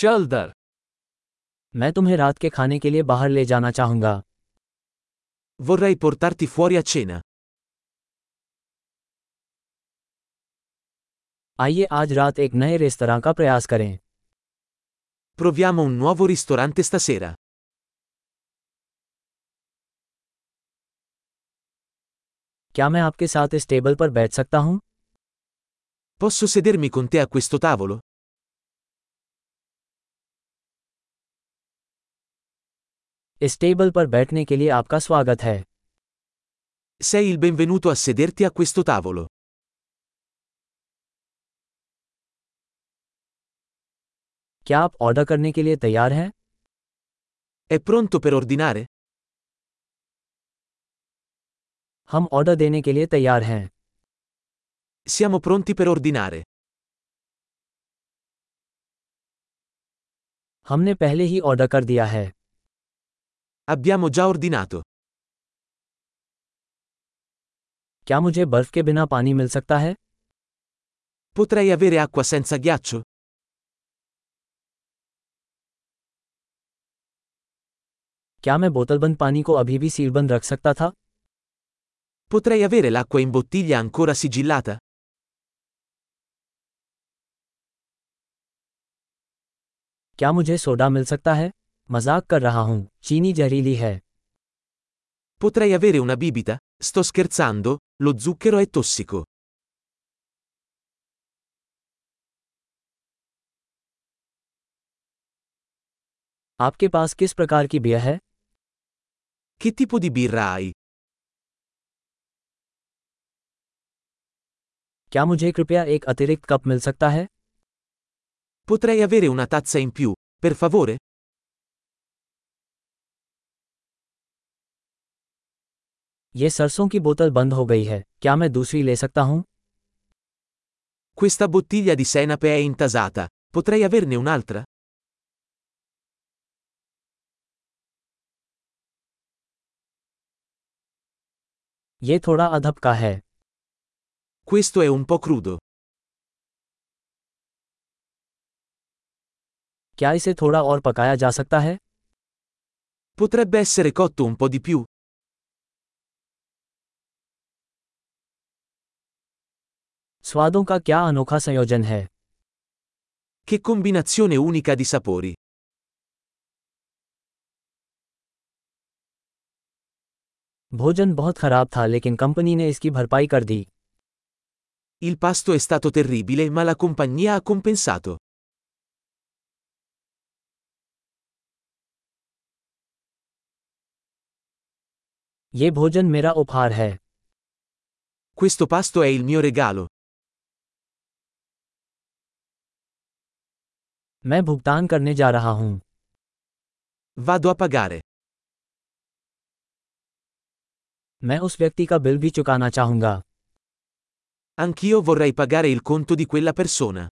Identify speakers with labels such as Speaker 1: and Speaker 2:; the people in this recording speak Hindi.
Speaker 1: चल दर
Speaker 2: मैं तुम्हें रात के खाने के लिए बाहर ले जाना चाहूंगा
Speaker 1: vorrei portarti fuori a cena.
Speaker 2: आइए आज रात एक नए रेस्तरा का प्रयास करें
Speaker 1: Proviamo un nuovo ristorante stasera.
Speaker 2: क्या मैं आपके साथ इस टेबल पर बैठ सकता हूँ
Speaker 1: Posso sedermi con te a questo tavolo?
Speaker 2: इस टेबल पर बैठने के लिए आपका स्वागत है
Speaker 1: Sei il benvenuto a sederti a questo tavolo.
Speaker 2: क्या आप ऑर्डर करने के लिए तैयार हैं
Speaker 1: È pronto per ordinare?
Speaker 2: हम ऑर्डर देने के लिए तैयार हैं
Speaker 1: Siamo pronti per ordinare.
Speaker 2: हमने पहले ही ऑर्डर कर दिया है
Speaker 1: Abbiamo già ordinato.
Speaker 2: क्या मुझे बर्फ के बिना पानी मिल सकता है
Speaker 1: Potrei avere acqua senza ghiaccio?
Speaker 2: क्या मैं बोतलबंद पानी को अभी भी सीलबंद रख सकता था
Speaker 1: Potrei avere l'acqua in bottiglia ancora sigillata?
Speaker 2: क्या मुझे सोडा मिल सकता है मजाक कर रहा हूँ चीनी जहरीली है
Speaker 1: Potrei avere una bibita? Sto scherzando, lo zucchero è tossico.
Speaker 2: आपके पास किस प्रकार की बियर है
Speaker 1: Che tipo di birra hai?
Speaker 2: क्या मुझे कृपया एक अतिरिक्त कप मिल सकता है
Speaker 1: Potrei avere una tazza in più, per favore?
Speaker 2: ये सरसों की बोतल बंद हो गई है क्या मैं दूसरी ले सकता हूँ
Speaker 1: Questa bottiglia di senape è intasata. Potrei averne un'altra?
Speaker 2: ये थोड़ा अधब का है
Speaker 1: Questo è un po' crudo.
Speaker 2: क्या इसे थोड़ा और पकाया जा सकता है
Speaker 1: Potrebbe essere cotto un po' di più.
Speaker 2: स्वादों का क्या अनोखा संयोजन है
Speaker 1: Che combinazione unica di sapori.
Speaker 2: भोजन बहुत खराब था लेकिन कंपनी ने इसकी भरपाई कर दी
Speaker 1: Il pasto è stato terribile ma la compagnia ha compensato.
Speaker 2: ये भोजन मेरा उपहार है
Speaker 1: Questo pasto è il mio regalo.
Speaker 2: मैं भुगतान करने जा रहा हूँ
Speaker 1: Vado a pagare.
Speaker 2: मैं उस व्यक्ति का बिल भी चुकाना चाहूंगा
Speaker 1: Anch'io vorrei pagare il conto di quella persona.